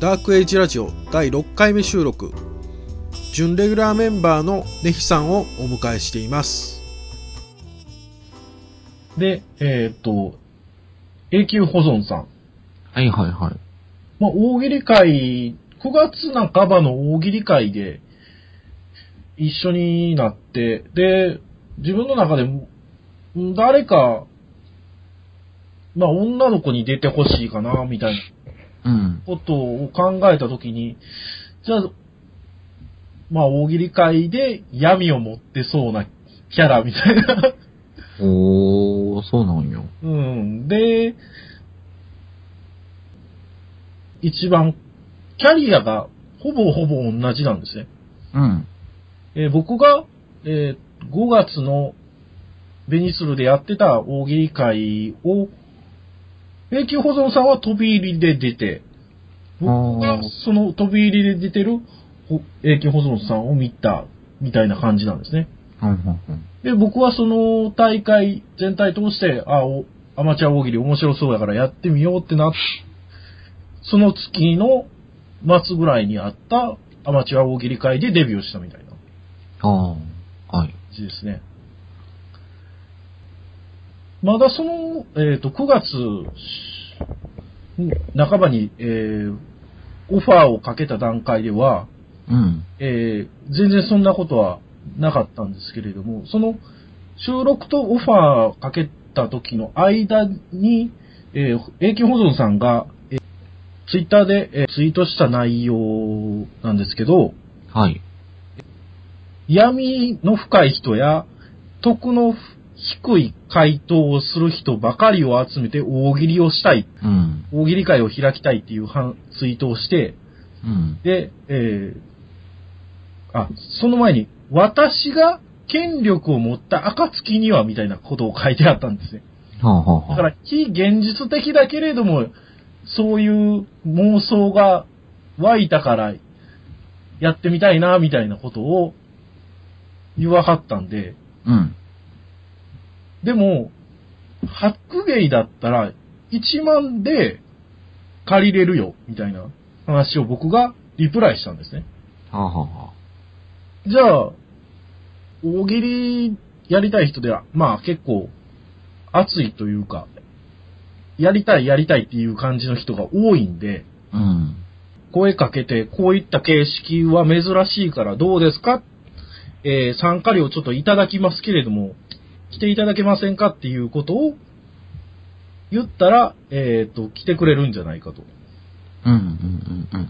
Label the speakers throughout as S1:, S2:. S1: ダークエイジラジオ第6回目収録準レギュラーメンバーのネヒさんをお迎えしています
S2: で、えっ、と、永久保存さん。
S3: はいはいはい。
S2: まあ、大喜利会、9月半ばの大喜利会で、一緒になって、で、自分の中で、ん誰か、まあ、女の子に出てほしいかな、みたいな
S3: うん。
S2: ことを考えたときに、じゃあ、まあ、大喜利会で闇を持ってそうなキャラみたいな。
S3: おー、そうなんよ。
S2: うん。で、一番、キャリアがほぼほぼ同じなんですね。
S3: うん。
S2: えー僕が、えー5月のベニスルでやってた大喜利会を、永久保存さんは飛び入りで出て、僕
S3: あ
S2: が
S3: ー
S2: その飛び入りで出てるほ永久保存さんを見た、みたいな感じなんですね。
S3: うんうんうん。
S2: で、僕はその大会全体通して、あ、おアマチュア大喜利面白そうやからやってみようってなっその月の末ぐらいにあったアマチュア大喜利会でデビューしたみたいな感
S3: ああ、はい。
S2: じですね。まだその、えっ、と、9月半ばに、えーオファーをかけた段階では、
S3: うん。
S2: えー全然そんなことはなかったんですけれども、その収録とオファーかけた時の間に、えー、永久保存さんが、えツイッター Twitter で、えーツイートした内容なんですけど、
S3: はい。
S2: 闇の深い人や、得の低い回答をする人ばかりを集めて大喜利をしたい、
S3: うん。
S2: 大喜利会を開きたいっていうはんツイートをして、
S3: うん。
S2: で、えー、あ、その前に、私が権力を持った暁には、みたいなことを書いてあったんですね。
S3: はあ、は
S2: だ
S3: あ
S2: か
S3: はあ、
S2: ら、非現実的だけれども、そういう妄想が湧いたから、やってみたいな、みたいなことを言わはったんで、
S3: うん。
S2: でも、白芸だったら、1万で借りれるよ、みたいな話を僕がリプライしたんですね。
S3: はあ、はあは
S2: じゃあ、大喜利やりたい人では、まあ結構熱いというか、やりたいやりたいっていう感じの人が多いんで、
S3: あ、うん。
S2: 声かけてこういった形式は珍しいからどうですかえー参加料ちょっといただきますけれども、来ていただけませんかっていうことを言ったら、えっ、と、来てくれるんじゃないかと。
S3: うん、うん、うん、うん。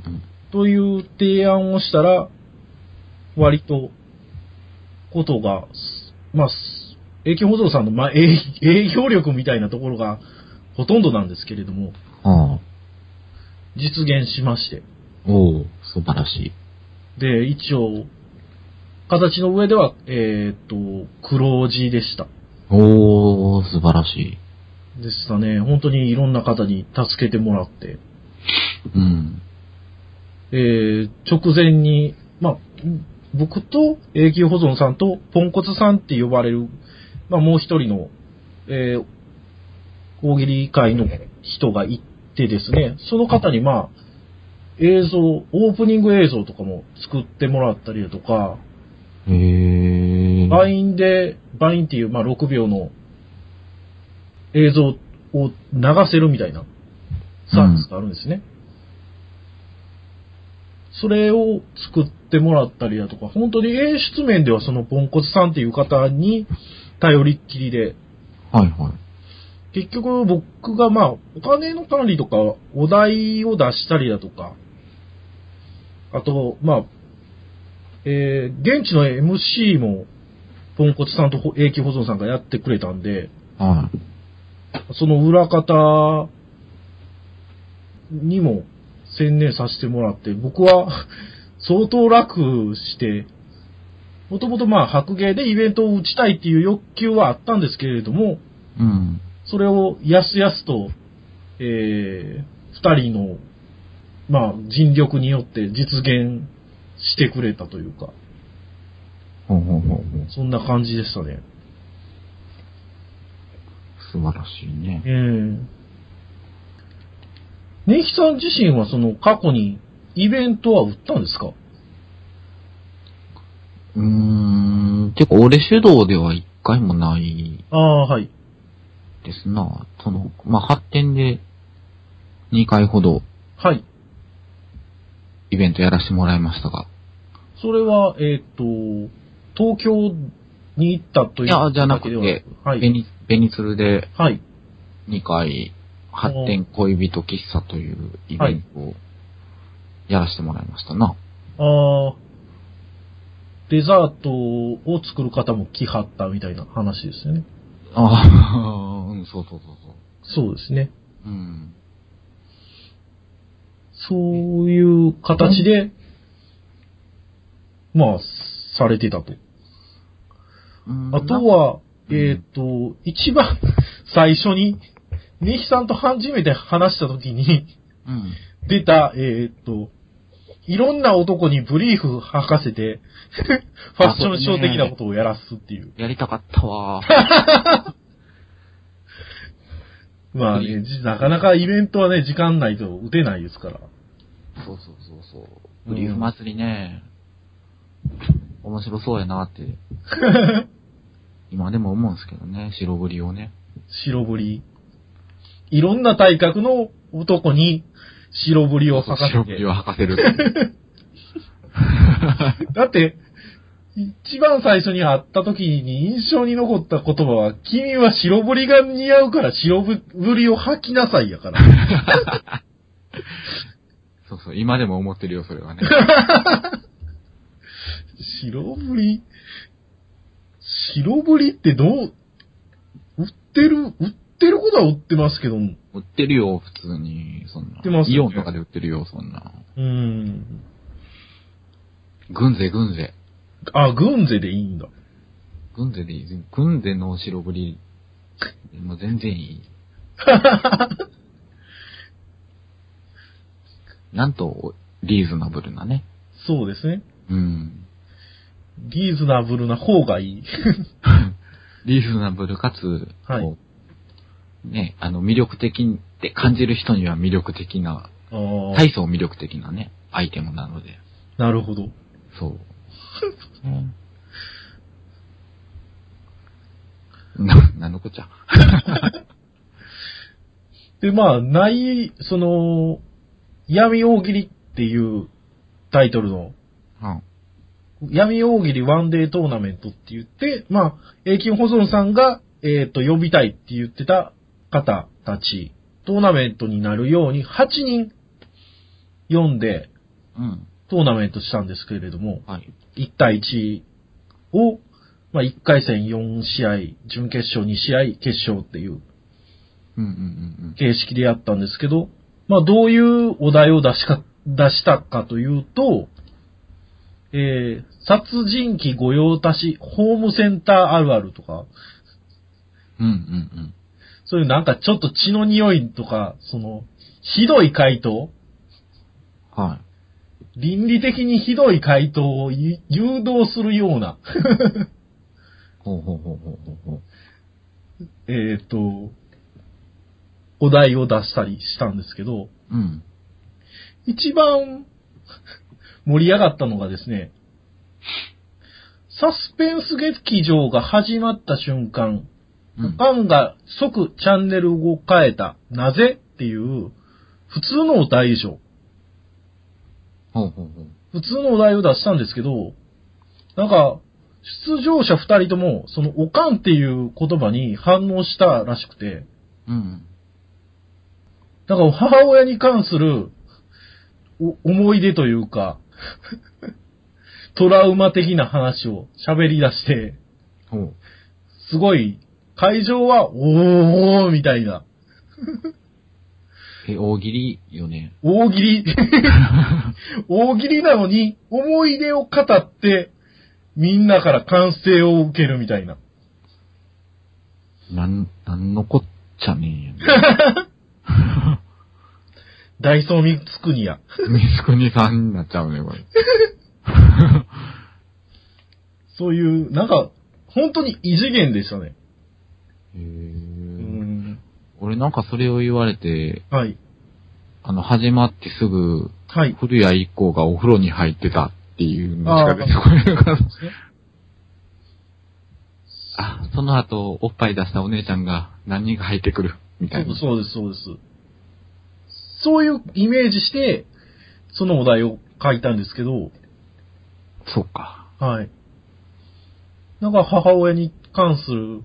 S2: という提案をしたら、割と、ことが、すまあ、す永久保存さんの、まあ、営営業力みたいなところがほとんどなんですけれども、
S3: うんはあ。
S2: 実現しまして。
S3: おー、素晴らしい。
S2: で、一応、形の上では、えーっと、黒字でした。
S3: おー、素晴らしい。
S2: でしたね。本当にいろんな方に助けてもらって、
S3: うん。
S2: えー直前に、まあ、僕と永久保存さんとポンコツさんって呼ばれる、まあ、もう一人の、えー大喜利会の人がいてですね、その方にまあ、映像、オープニング映像とかも作ってもらったりだとか、
S3: へー。
S2: バ
S3: い。
S2: インで、バインっていう、まあ、6秒の映像を流せるみたいなサービスがあるんですね。それを作ってもらったりだとか、本当に演出面ではそのポンコツさんっていう方に頼りっきりで、
S3: はいはい。
S2: 結局僕がまあ、お金の管理とか、お題を出したりだとか、あと、まあ、えー、現地の MC も、ポンコツさんとほ永久保存さんがやってくれたんで、
S3: はい。
S2: その裏方にも専念させてもらって、僕は 相当楽して、もともとまあ、白芸でイベントを打ちたいっていう欲求はあったんですけれども、
S3: うん。
S2: それをやすやすと、えー、二人の、まあ、尽力によって実現してくれたというか、
S3: ほうほうほうほう。
S2: そんな感じでしたね。
S3: 素晴らしいね。
S2: えーネヒさん自身はその過去にイベントは打ったんですか
S3: うーん。てか、俺主導では一回もない
S2: ああ、はい。
S3: ですな。その、まあ、発展で2回ほど
S2: はい。
S3: イベントやらせてもらいましたが。
S2: それは、えっ、と、東京に行ったという
S3: いやじゃなくて
S2: わけではなくは
S3: ベ
S2: い。
S3: ニ、ベニツルで
S2: はい。
S3: 2回、発展恋人喫茶というイベントをやらせてもらいましたな。
S2: ああ、デザートを作る方も来はったみたいな話ですよね。
S3: ああ、 うん、そうそうそうそう。
S2: そうですね。
S3: うん。
S2: そういう形で、まあ、されてたと。
S3: うん
S2: あと、は、
S3: うん
S2: えっ、と、一番 最初に、ネヒさんと初めて話した時に
S3: うん。
S2: 出た、えっ、と、いろんな男にブリーフ履かせ て、ファッションショー的なことをやらすっていう。
S3: やりたかっ たわ。
S2: まあね、じなかなかイベントはね、時間ないと打てないですから。
S3: そうそうそうそう。ブリーフ祭りね。面白そうやな って。今でも思うんですけどね、白ブリをね。
S2: 白ぶり。いろんな体格の男に白ぶりを
S3: そう
S2: 履か
S3: 白
S2: せ
S3: ブ
S2: て
S3: リ。を履かせる。
S2: だって、一番最初に会った時に印象に残った言葉は、君は白ぶりが似合うから白ぶりを履きなさいやから。
S3: そうそう、今でも思ってるよ、それは ね。
S2: 白ぶり白ぶりってどう、売ってる、売ってることは売ってますけども。
S3: 売ってるよ、普通に。そんな。
S2: 売ってますよね
S3: イオンとかで売ってるよ、そんな。
S2: うーん。
S3: 軍勢、軍勢。
S2: あ、軍勢でいいんだ。
S3: 軍勢でいい。軍勢の白ぶり、もう全然い い。なんと、リーズナブルなね。
S2: そうですね。
S3: うん。
S2: リーズナブルな方がいい。
S3: リーズナブルかつ、
S2: はい
S3: こうね、あの、魅力的って感じる人には魅力的な、
S2: ああ、
S3: 大層魅力的なね、アイテムなので。
S2: なるほど。
S3: そう。ねな、なんのこっちゃ。
S2: で、まあ、ない、その、闇大喜利っていうタイトルの、
S3: うん。
S2: 闇大喜利ワンデートーナメントって言って、まあ、永久保存さんが、えっ、と、呼びたいって言ってた方たち、トーナメントになるように8人読んで
S3: うん。
S2: トーナメントしたんですけれども、
S3: はい。
S2: 1対1を、まあ、1回戦4試合、準決勝2試合、決勝っていう
S3: うんうんうん
S2: 形式でやったんですけど、まあ、どういうお題を出しか、出したかというと、えー、殺人鬼御用達、ホームセンターあるあるとか、
S3: うん。うんうん
S2: そういうなんかちょっと血の匂いとか、その、ひどい回答、
S3: うん。はい。
S2: 倫理的にひどい回答をい誘導するような、
S3: ほうほうほうほうほうほう。
S2: えっ、と、お題を出したりしたんですけど、
S3: うん。
S2: 一番 盛り上がったのがですね、サスペンス劇場が始まった瞬間、
S3: うん
S2: フ。ァンが即チャンネルを変えた、なぜっていう、普通のお題以上。
S3: ほうほうほう。
S2: 普通のお題を出したんですけど、なんか、出場者二人とも、その、おかんっていう言葉に反応したらしくて、
S3: うん。
S2: なんか母親に関するお思い出という か、トラウマ的な話を喋り出して、
S3: ほう。
S2: すごい、会場は、おーみたいな、
S3: え、大喜利よね。
S2: 大喜 利、大喜利なのに、思い出を語って、みんなから歓声を受けるみたいな。
S3: なん、なんのこっちゃねえ
S2: ダイソーミツクニア。
S3: やん。ミスクニさんになっちゃうね、これ。
S2: そういう、なんか、本当に異次元でしたね。
S3: へえ
S2: うん。
S3: 俺なんかそれを言われて、
S2: はい。
S3: あの、始まってすぐ、
S2: はい。
S3: 古谷一行がお風呂に入ってたっていうのしか出てこないから。あ、その後、おっぱい出したお姉ちゃんが何人か入ってくる、みたいな。
S2: そうです、そうです。そういうイメージして、そのお題を書いたんですけど、
S3: そうか。
S2: はい。なんか母親に関する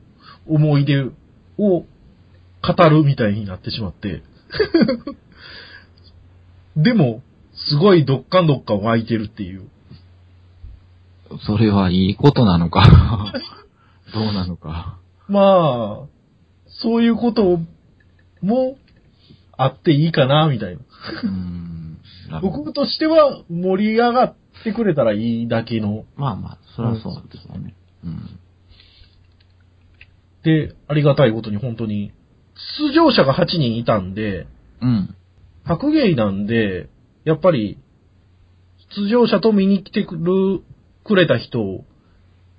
S2: 思い出を語るみたいになってしま って。でも、すごいどっかんどっかん湧いてるっていう。
S3: それはいいことなのか。どうなのか。
S2: まあ、そういうこともあっていいかな、みたいな。
S3: うーん。なるほど
S2: 僕としては盛り上がってくれたらいいだけの。
S3: まあまあ、それはそうですよね。うん。
S2: で、ありがたいことに本当に、出場者が8人いたんで、
S3: うん。
S2: 白芸なんで、やっぱり、出場者と見に来てくる、くれた人を、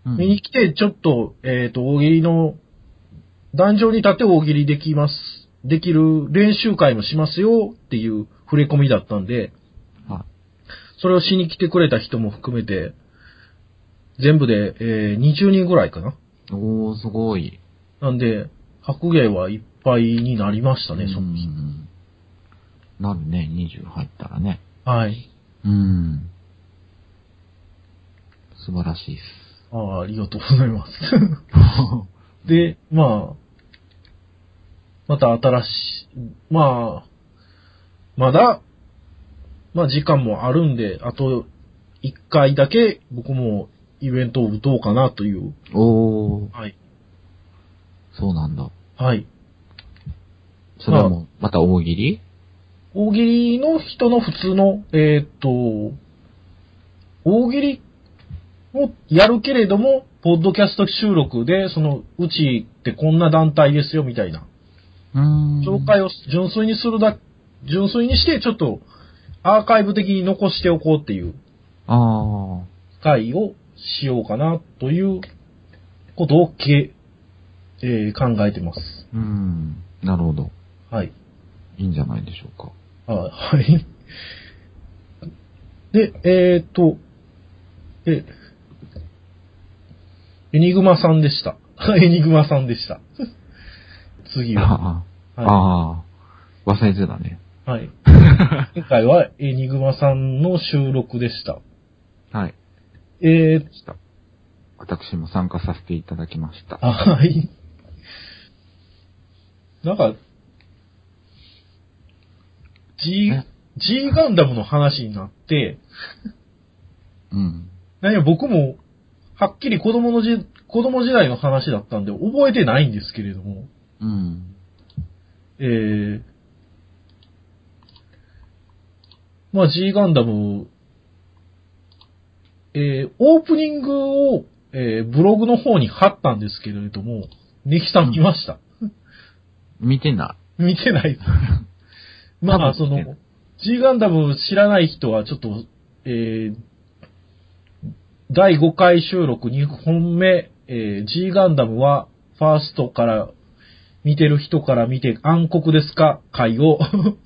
S3: うん
S2: 見に来て、ちょっと、えっ、と、大喜利の、壇上に立って大喜利できます、できる練習会もしますよっていう触れ込みだったんで、
S3: は
S2: それをしに来てくれた人も含めて、全部で、えー20人ぐらいかな。
S3: いおー、すごい。
S2: なんで、白芸はいっぱいになりましたね、その日
S3: ん。なるね、20入ったらね。
S2: はい
S3: うん。素晴らしい っす。
S2: あー。ありがとうございます。 で、まあ、また新しい、まあ、まだ、まあ時間もあるんで、あと1回だけ僕もイベントを打とうかなという。
S3: おー、
S2: はい。
S3: そうなんだ。
S2: はい。
S3: それはもう、また大喜利
S2: 大喜利の人の普通の、えーっと、大喜利をやるけれども、ポッドキャスト収録で、その、うちってこんな団体ですよ、みたいな。
S3: うーん
S2: 紹介を純粋にするだ、純粋にして、ちょっと、アーカイブ的に残しておこうっていう
S3: あ
S2: 会をしようかな、ということをけ、えー考えてます。
S3: ー、うん。なるほど。
S2: はい。
S3: いいんじゃないでしょうか。
S2: あはい。で、えー、っと、え、エニグマさんでした。 エニグマさんでした。次は。
S3: ああ、
S2: は
S3: ああ、忘れてたね。
S2: い。 はい、今回はエニグマさんの収録でした。
S3: はい。
S2: えー、
S3: でした。私も参加させていただきました。
S2: あはい。なんか、G
S3: え、
S2: G ガンダムの話になって、
S3: うん。
S2: 何や僕も、はっきり子供のじ、子供時代の話だったんで覚えてないんですけれども、
S3: うん。
S2: えー、まあ G ガンダム、えー、オープニングを、えー、ブログの方に貼ったんですけれども、ネキさん見ました、
S3: 見てな
S2: 見てない です。まあ、そ
S3: 多分見て
S2: の、G ガンダム知らない人はちょっと、えー、第5回収録2本目、えー、G ガンダムはファーストから見てる人から見て暗黒ですか回を、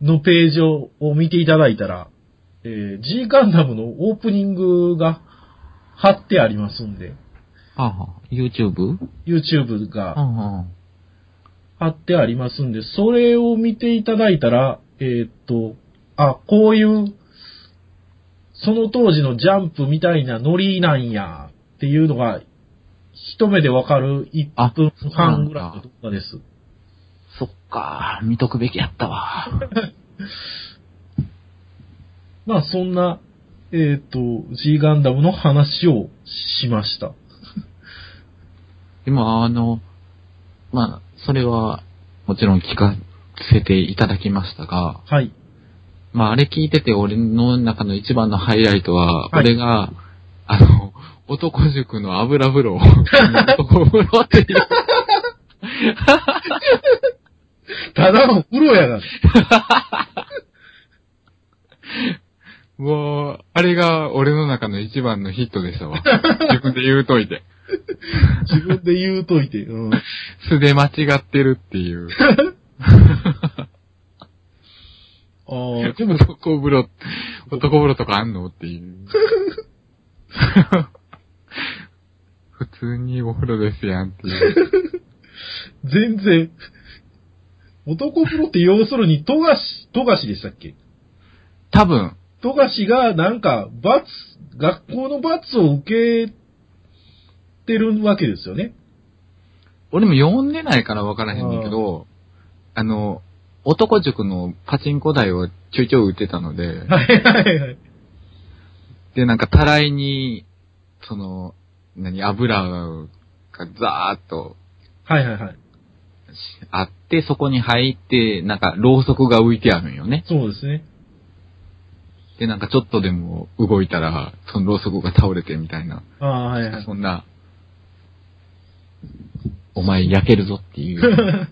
S2: のページを見ていただいたら、えー、G ガンダムのオープニングが貼ってありますんで、
S3: い。はあ、はあ、YouTube?
S2: YouTube が
S3: はあ、はあ、
S2: 貼ってありますんで、それを見ていただいたら、えーっと、あ、こういう、その当時のジャンプみたいなノリなんや、っていうのが、一目でわかる1分半ぐらいの動画です。
S3: そっか、見とくべきやったわ。
S2: まあ、そんな、えーっと、G ガンダムの話をしました。
S3: 今、あの、まあ、それは、もちろん聞かせていただきましたが、
S2: はい。
S3: まあ、あれ聞いてて、俺の中の一番のハイライトは、
S2: はい
S3: 俺が、あの、男塾の油風呂を、男風呂っていう
S2: ただのプロやが。
S3: もう、あれが俺の中の一番のヒットでしたわ。自分で言うといて。
S2: 自分で言うといて。うん。
S3: 素で間違ってるっていう。
S2: あー
S3: でも男風呂、男風呂とかあんのっていう。普通にお風呂ですやんっていう。
S2: 全然。男風呂って要するに、富樫、富樫でしたっけ
S3: 多分、
S2: 富樫がなんか、罰、学校の罰を受けてるわけですよね。
S3: 俺も読んでないから分からへんねんけど、あの、男塾のパチンコ台をちょいちょい打ってたので、
S2: はいはいはい。
S3: で、なんか、たらいに、その、何、油がザーっと
S2: はいはいはい。
S3: あって、そこに入って、なんか、ろうそくが浮いてあるんよね。
S2: そうですね。
S3: で、なんか、ちょっとでも動いたら、そのろうそくが倒れてみたいな。
S2: ああ、はいはい。
S3: そんな、お前焼けるぞっていう。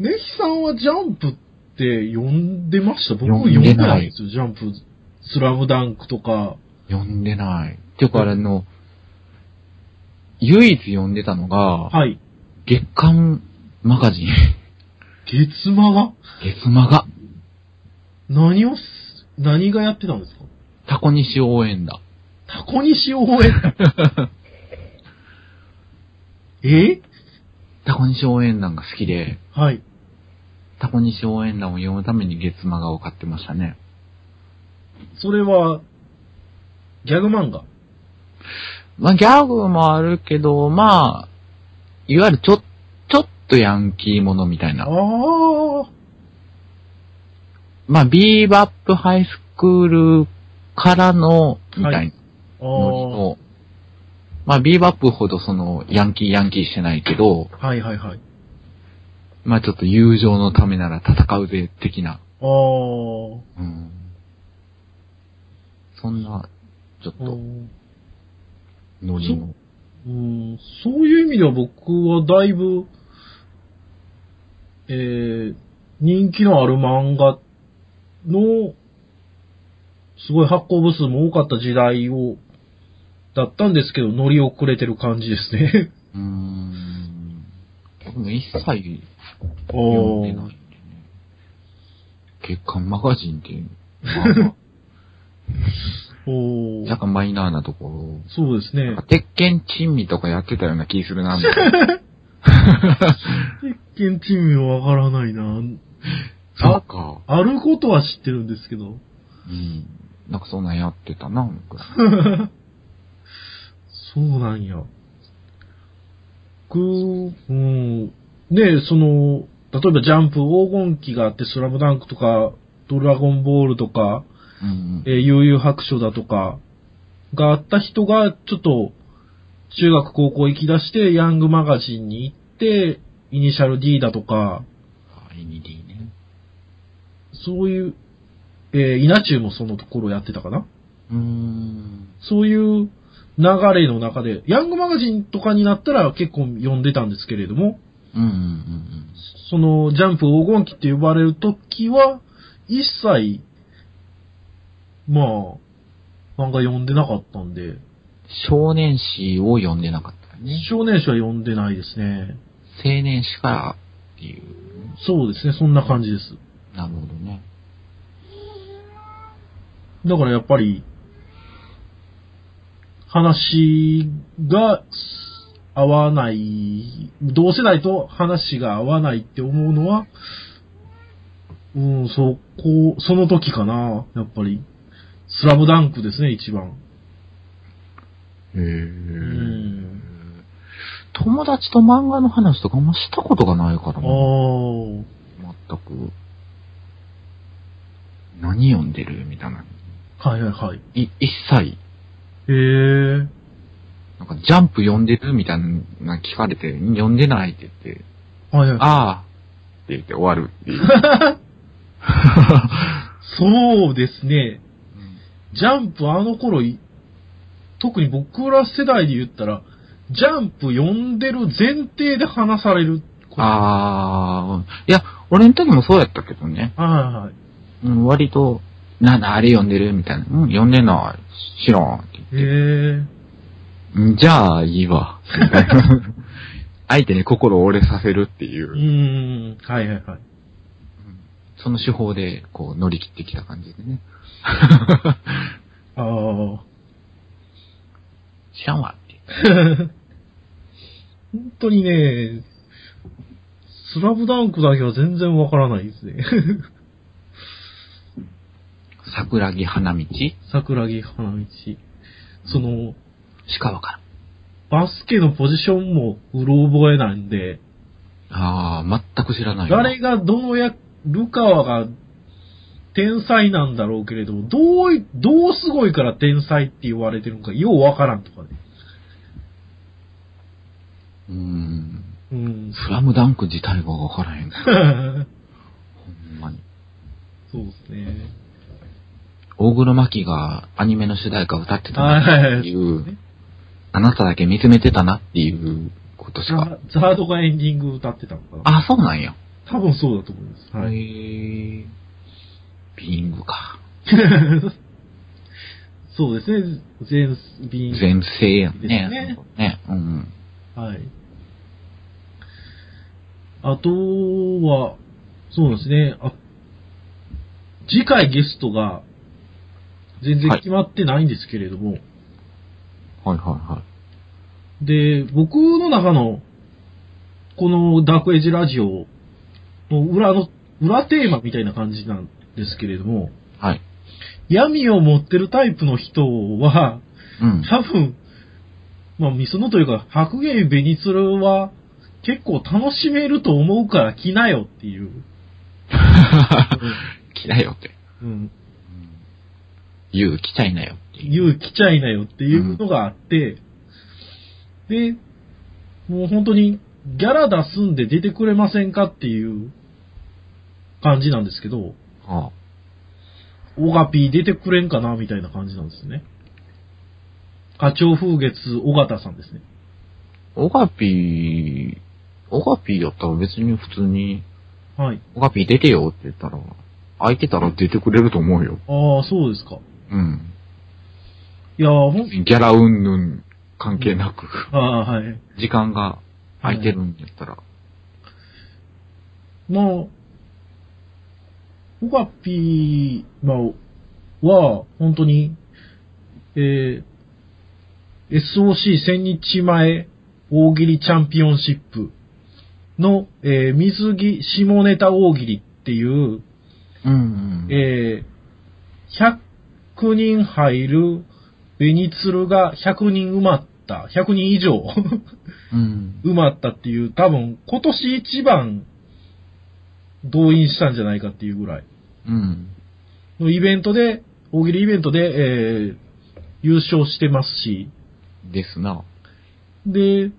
S2: ネヒさんはジャンプって呼んでました僕
S3: 呼ん
S2: 読
S3: でない
S2: んでないですよ。ジャンプ、スラムダンクとか。
S3: 読んでない。ていうか、あれの、唯一読んでたのが、
S2: はい。
S3: 月刊マガジン。
S2: 月間が
S3: 月マガ。
S2: 何をす、何がやってたんですか
S3: タコ西応援だ。
S2: タコにし応援 え
S3: タコ西応援団が好きで、
S2: はい。
S3: タコ西応援団を読むために月マガを買ってましたね。
S2: それは、ギャグ漫画。
S3: まあ、ギャグもあるけど、まあ、いわゆるちょ、ちょっとヤンキーものみたい
S2: あ
S3: な。
S2: あ。
S3: まあ、ビーバップハイスクールからの、みたい
S2: あ
S3: なノリ
S2: あ。
S3: の、まあ、ビーバップほどその、ヤンキーヤンキーしてないけど、
S2: はいはいはい。
S3: まあ、ちょっと友情のためなら戦うぜ、的な。
S2: ああ。
S3: うん。そんな、ちょっと、
S2: うん
S3: ノリの。
S2: うんそういう意味では僕はだいぶ、えー、人気のある漫画の、すごい発行部数も多かった時代を、だったんですけど、乗り遅れてる感じです ね。
S3: うーん。僕も一切読んでないんでね。月刊マガジンっていう、まあまあ
S2: おー
S3: 若干マイナーなところ。
S2: そうですね。
S3: 鉄拳珍味とかやってたような気するな、みたいな。
S2: 鉄拳チームはわからないな。
S3: そうか。
S2: あることは知ってるんですけど。
S3: うん。なんかそんなんやってたな、僕。
S2: そうなんや。僕、うん。で、その、例えばジャンプ黄金期があって、スラムダンクとか、ドラゴンボールとか、
S3: うん
S2: えー、悠々白書だとか、があった人が、ちょっと、中学高校行き出して、ヤングマガジンに行って、イニシャル D だとか、
S3: あ ND ね。
S2: そういう、えー、稲中もそのところやってたかな
S3: うーん。
S2: そういう流れの中で、ヤングマガジンとかになったら結構読んでたんですけれども、
S3: うんうんうん
S2: そのジャンプ黄金期って呼ばれる時は、一切、まあ、漫画読んでなかったんで、
S3: 少年誌を読んでなかったね。
S2: 少年誌は読んでないですね。
S3: 青年誌からっていう。
S2: そうですね、そんな感じです。
S3: なるほどね。
S2: だからやっぱり、話が合わない、同世代と話が合わないって思うのは、うん、そこ、その時かな、やっぱり。スラムダンクですね、一番。
S3: へ
S2: う
S3: え。
S2: ん。
S3: 友達と漫画の話とかあんましたことがないから
S2: ああ
S3: な。全く。何読んでるみたいな。
S2: ー、はいはいはい。
S3: い、一切、
S2: へえ。
S3: なんかジャンプ読んでるみたいな聞かれて、読んでないって言って、
S2: はいはい。
S3: ああって言って終わるっていう。
S2: そうですね。ジャンプあの頃い、特に僕ら世代で言ったら、ジャンプ読んでる前提で話されること。
S3: ああ、いや、俺の時もそうやったけどね。
S2: はいはい。
S3: うん、割と、なんだ、あれ読んでるみたいな。うん、読んでない。知らんっ
S2: へ
S3: て言って。
S2: え。
S3: うんじゃあ、いい わ。みたいな相手に心を折れさせるっていう
S2: ー。ん。はいはいはい。
S3: その手法で、こう、乗り切ってきた感じでね。
S2: ああ。
S3: 知らんわって。
S2: 本当にね、スラムダンクだけは全然わからないですね。
S3: 桜木花道し
S2: 桜木花道。その、
S3: かわからん。
S2: バスケのポジションもうろ覚えなんで、
S3: ああ、全く知らないわ。
S2: 誰がどうや、ルカワが天才なんだろうけれども、どうい、どうすごいから天才って言われてるのか、ようわからんとかね。
S3: うーん。
S2: うん。
S3: スラムダンク自体がわからへん。ほんまに。
S2: そうですね。
S3: 大黒摩季がアニメの主題歌を歌ってた
S2: は
S3: なっ
S2: いはいは
S3: て
S2: い
S3: い。う、あなただけ見つめてたなっていうことしか。
S2: ザザードがエンディング歌ってたのかな。
S3: あ、そうなんや。
S2: 多分そうだと思います。はい。
S3: へービーングか。
S2: そうですね。全便。
S3: 全盛やん
S2: で
S3: ね。
S2: すね
S3: ねうんうん。
S2: はい。あとは、そうですね。あ、次回ゲストが、全然
S3: はい
S2: 決まってないんですけれども、
S3: はいはいはい。
S2: で、僕の中の、このダークエッジラジオの裏の、裏テーマみたいな感じなんですけれども、
S3: はい。
S2: 闇を持ってるタイプの人は、
S3: うん。
S2: 多分、まあ、ミスノというか、白芸ベニツルは、結構楽しめると思うから来なよっていう。
S3: 来なよって。
S2: うん。
S3: 言う、来ちゃいなよっていう。
S2: 言う来ちゃいなよっていうのがあって、で、もう本当に、ギャラ出すんで出てくれませんかっていう感じなんですけど、
S3: は
S2: オガピー出てくれんかなみたいな感じなんですね。課長風月尾形さんですね。
S3: あ、オガピー、オガピーやったら別に普通に、
S2: はい。
S3: オガピー出てよって言ったら、空いてたら出てくれると思うよ。
S2: ああ、そうですか。
S3: うん。
S2: いやー、ほん、
S3: ギャラうんぬん関係なく、
S2: ああー、はい。
S3: 時間が空いてるんやったら、
S2: まあ、オガピー、まあ、は、本当に、えー、SOC1000 日前大喜利チャンピオンシップの、えー水着下ネタ大喜利っていう、
S3: うんうん。
S2: えー、100人入るベニツルが100人埋まった、100人以上
S3: うん。
S2: 埋まったっていう、多分今年一番動員したんじゃないかっていうぐらい。
S3: うん。
S2: のイベントで、大喜利イベントで、えー、優勝してますし、
S3: ですな。
S2: で、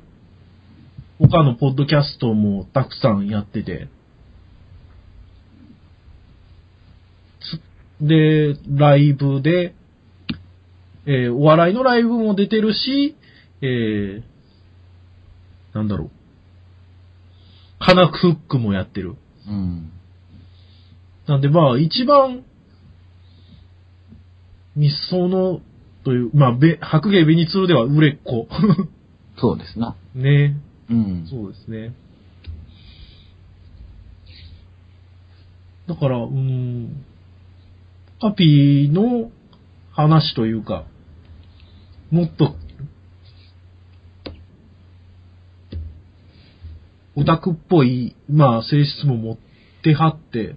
S2: 他のポッドキャストもたくさんやってて、つで、ライブで、えーお笑いのライブも出てるし、えー、なんだろう。カナクフックもやってる。
S3: うん。
S2: なんでまあ、一番、ミッソの、という、まあ、べ、白芸ベニツルでは売れっ子。
S3: そうですな。
S2: ね
S3: うん。
S2: そうですね。だから、うーん、カピーの話というか、もっと、オタクっぽい、まあ、性質も持ってはって、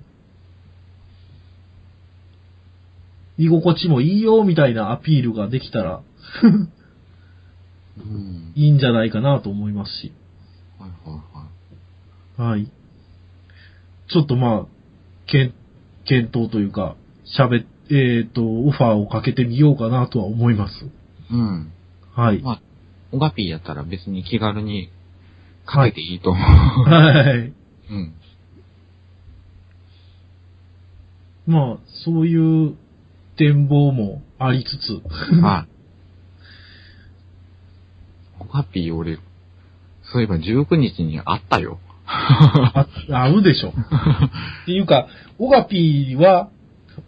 S2: 居心地もいいよ、みたいなアピールができたら、
S3: うん。
S2: いいんじゃないかなと思いますし。
S3: はいはいは
S2: は
S3: い。
S2: い。ちょっとまあ、けん検討というか、喋っ、えっ、と、オファーをかけてみようかなとは思います。
S3: うん。
S2: はい。
S3: まあ、オガピーやったら別に気軽にかけていいと思う。
S2: はい。
S3: うん。
S2: まあ、そういう展望もありつつ。
S3: はい。オガピー俺、そういえば19日に会ったよ。
S2: あ、合うでしょ。っていうか、オガピーは、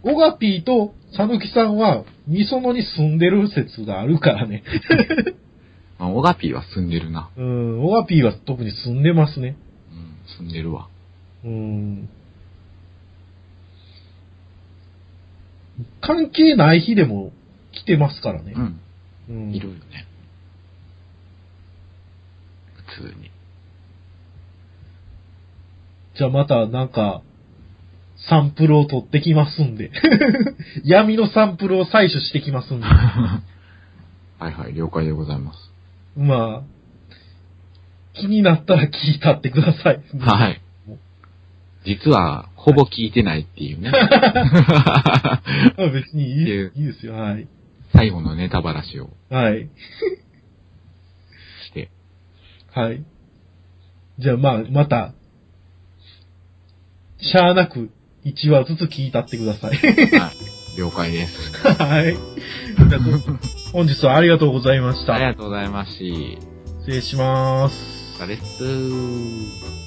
S2: オガピーとサヌキさんは、ミソノに住んでる説があるからね。
S3: まあ、オガピーは住んでるな。
S2: うん、オガピーは特に住んでますね。
S3: うん、住んでるわ。
S2: うん。関係ない日でも来てますからね。う
S3: うんん。いるよね。普通に。
S2: じゃあまたなんか、サンプルを取ってきますんで。 闇のサンプルを採取してきますんで。
S3: はいはい、了解でございます。
S2: まあ、気になったら聞いたってください。
S3: はい。実は、ほぼ聞いてないっていう ね。
S2: まあ 別にいい
S3: いう
S2: いいですよ。はい。
S3: 最後のネタばらしを
S2: はい。
S3: して。
S2: はい。じゃあまあ、また、しゃあなく1話ずつ聞いたってくだ さい。
S3: はい。了解です。
S2: はい。じゃあ本日はありがとうございまし
S3: あり
S2: た。
S3: がとうございますし、
S2: 失礼します。
S3: あれっすー。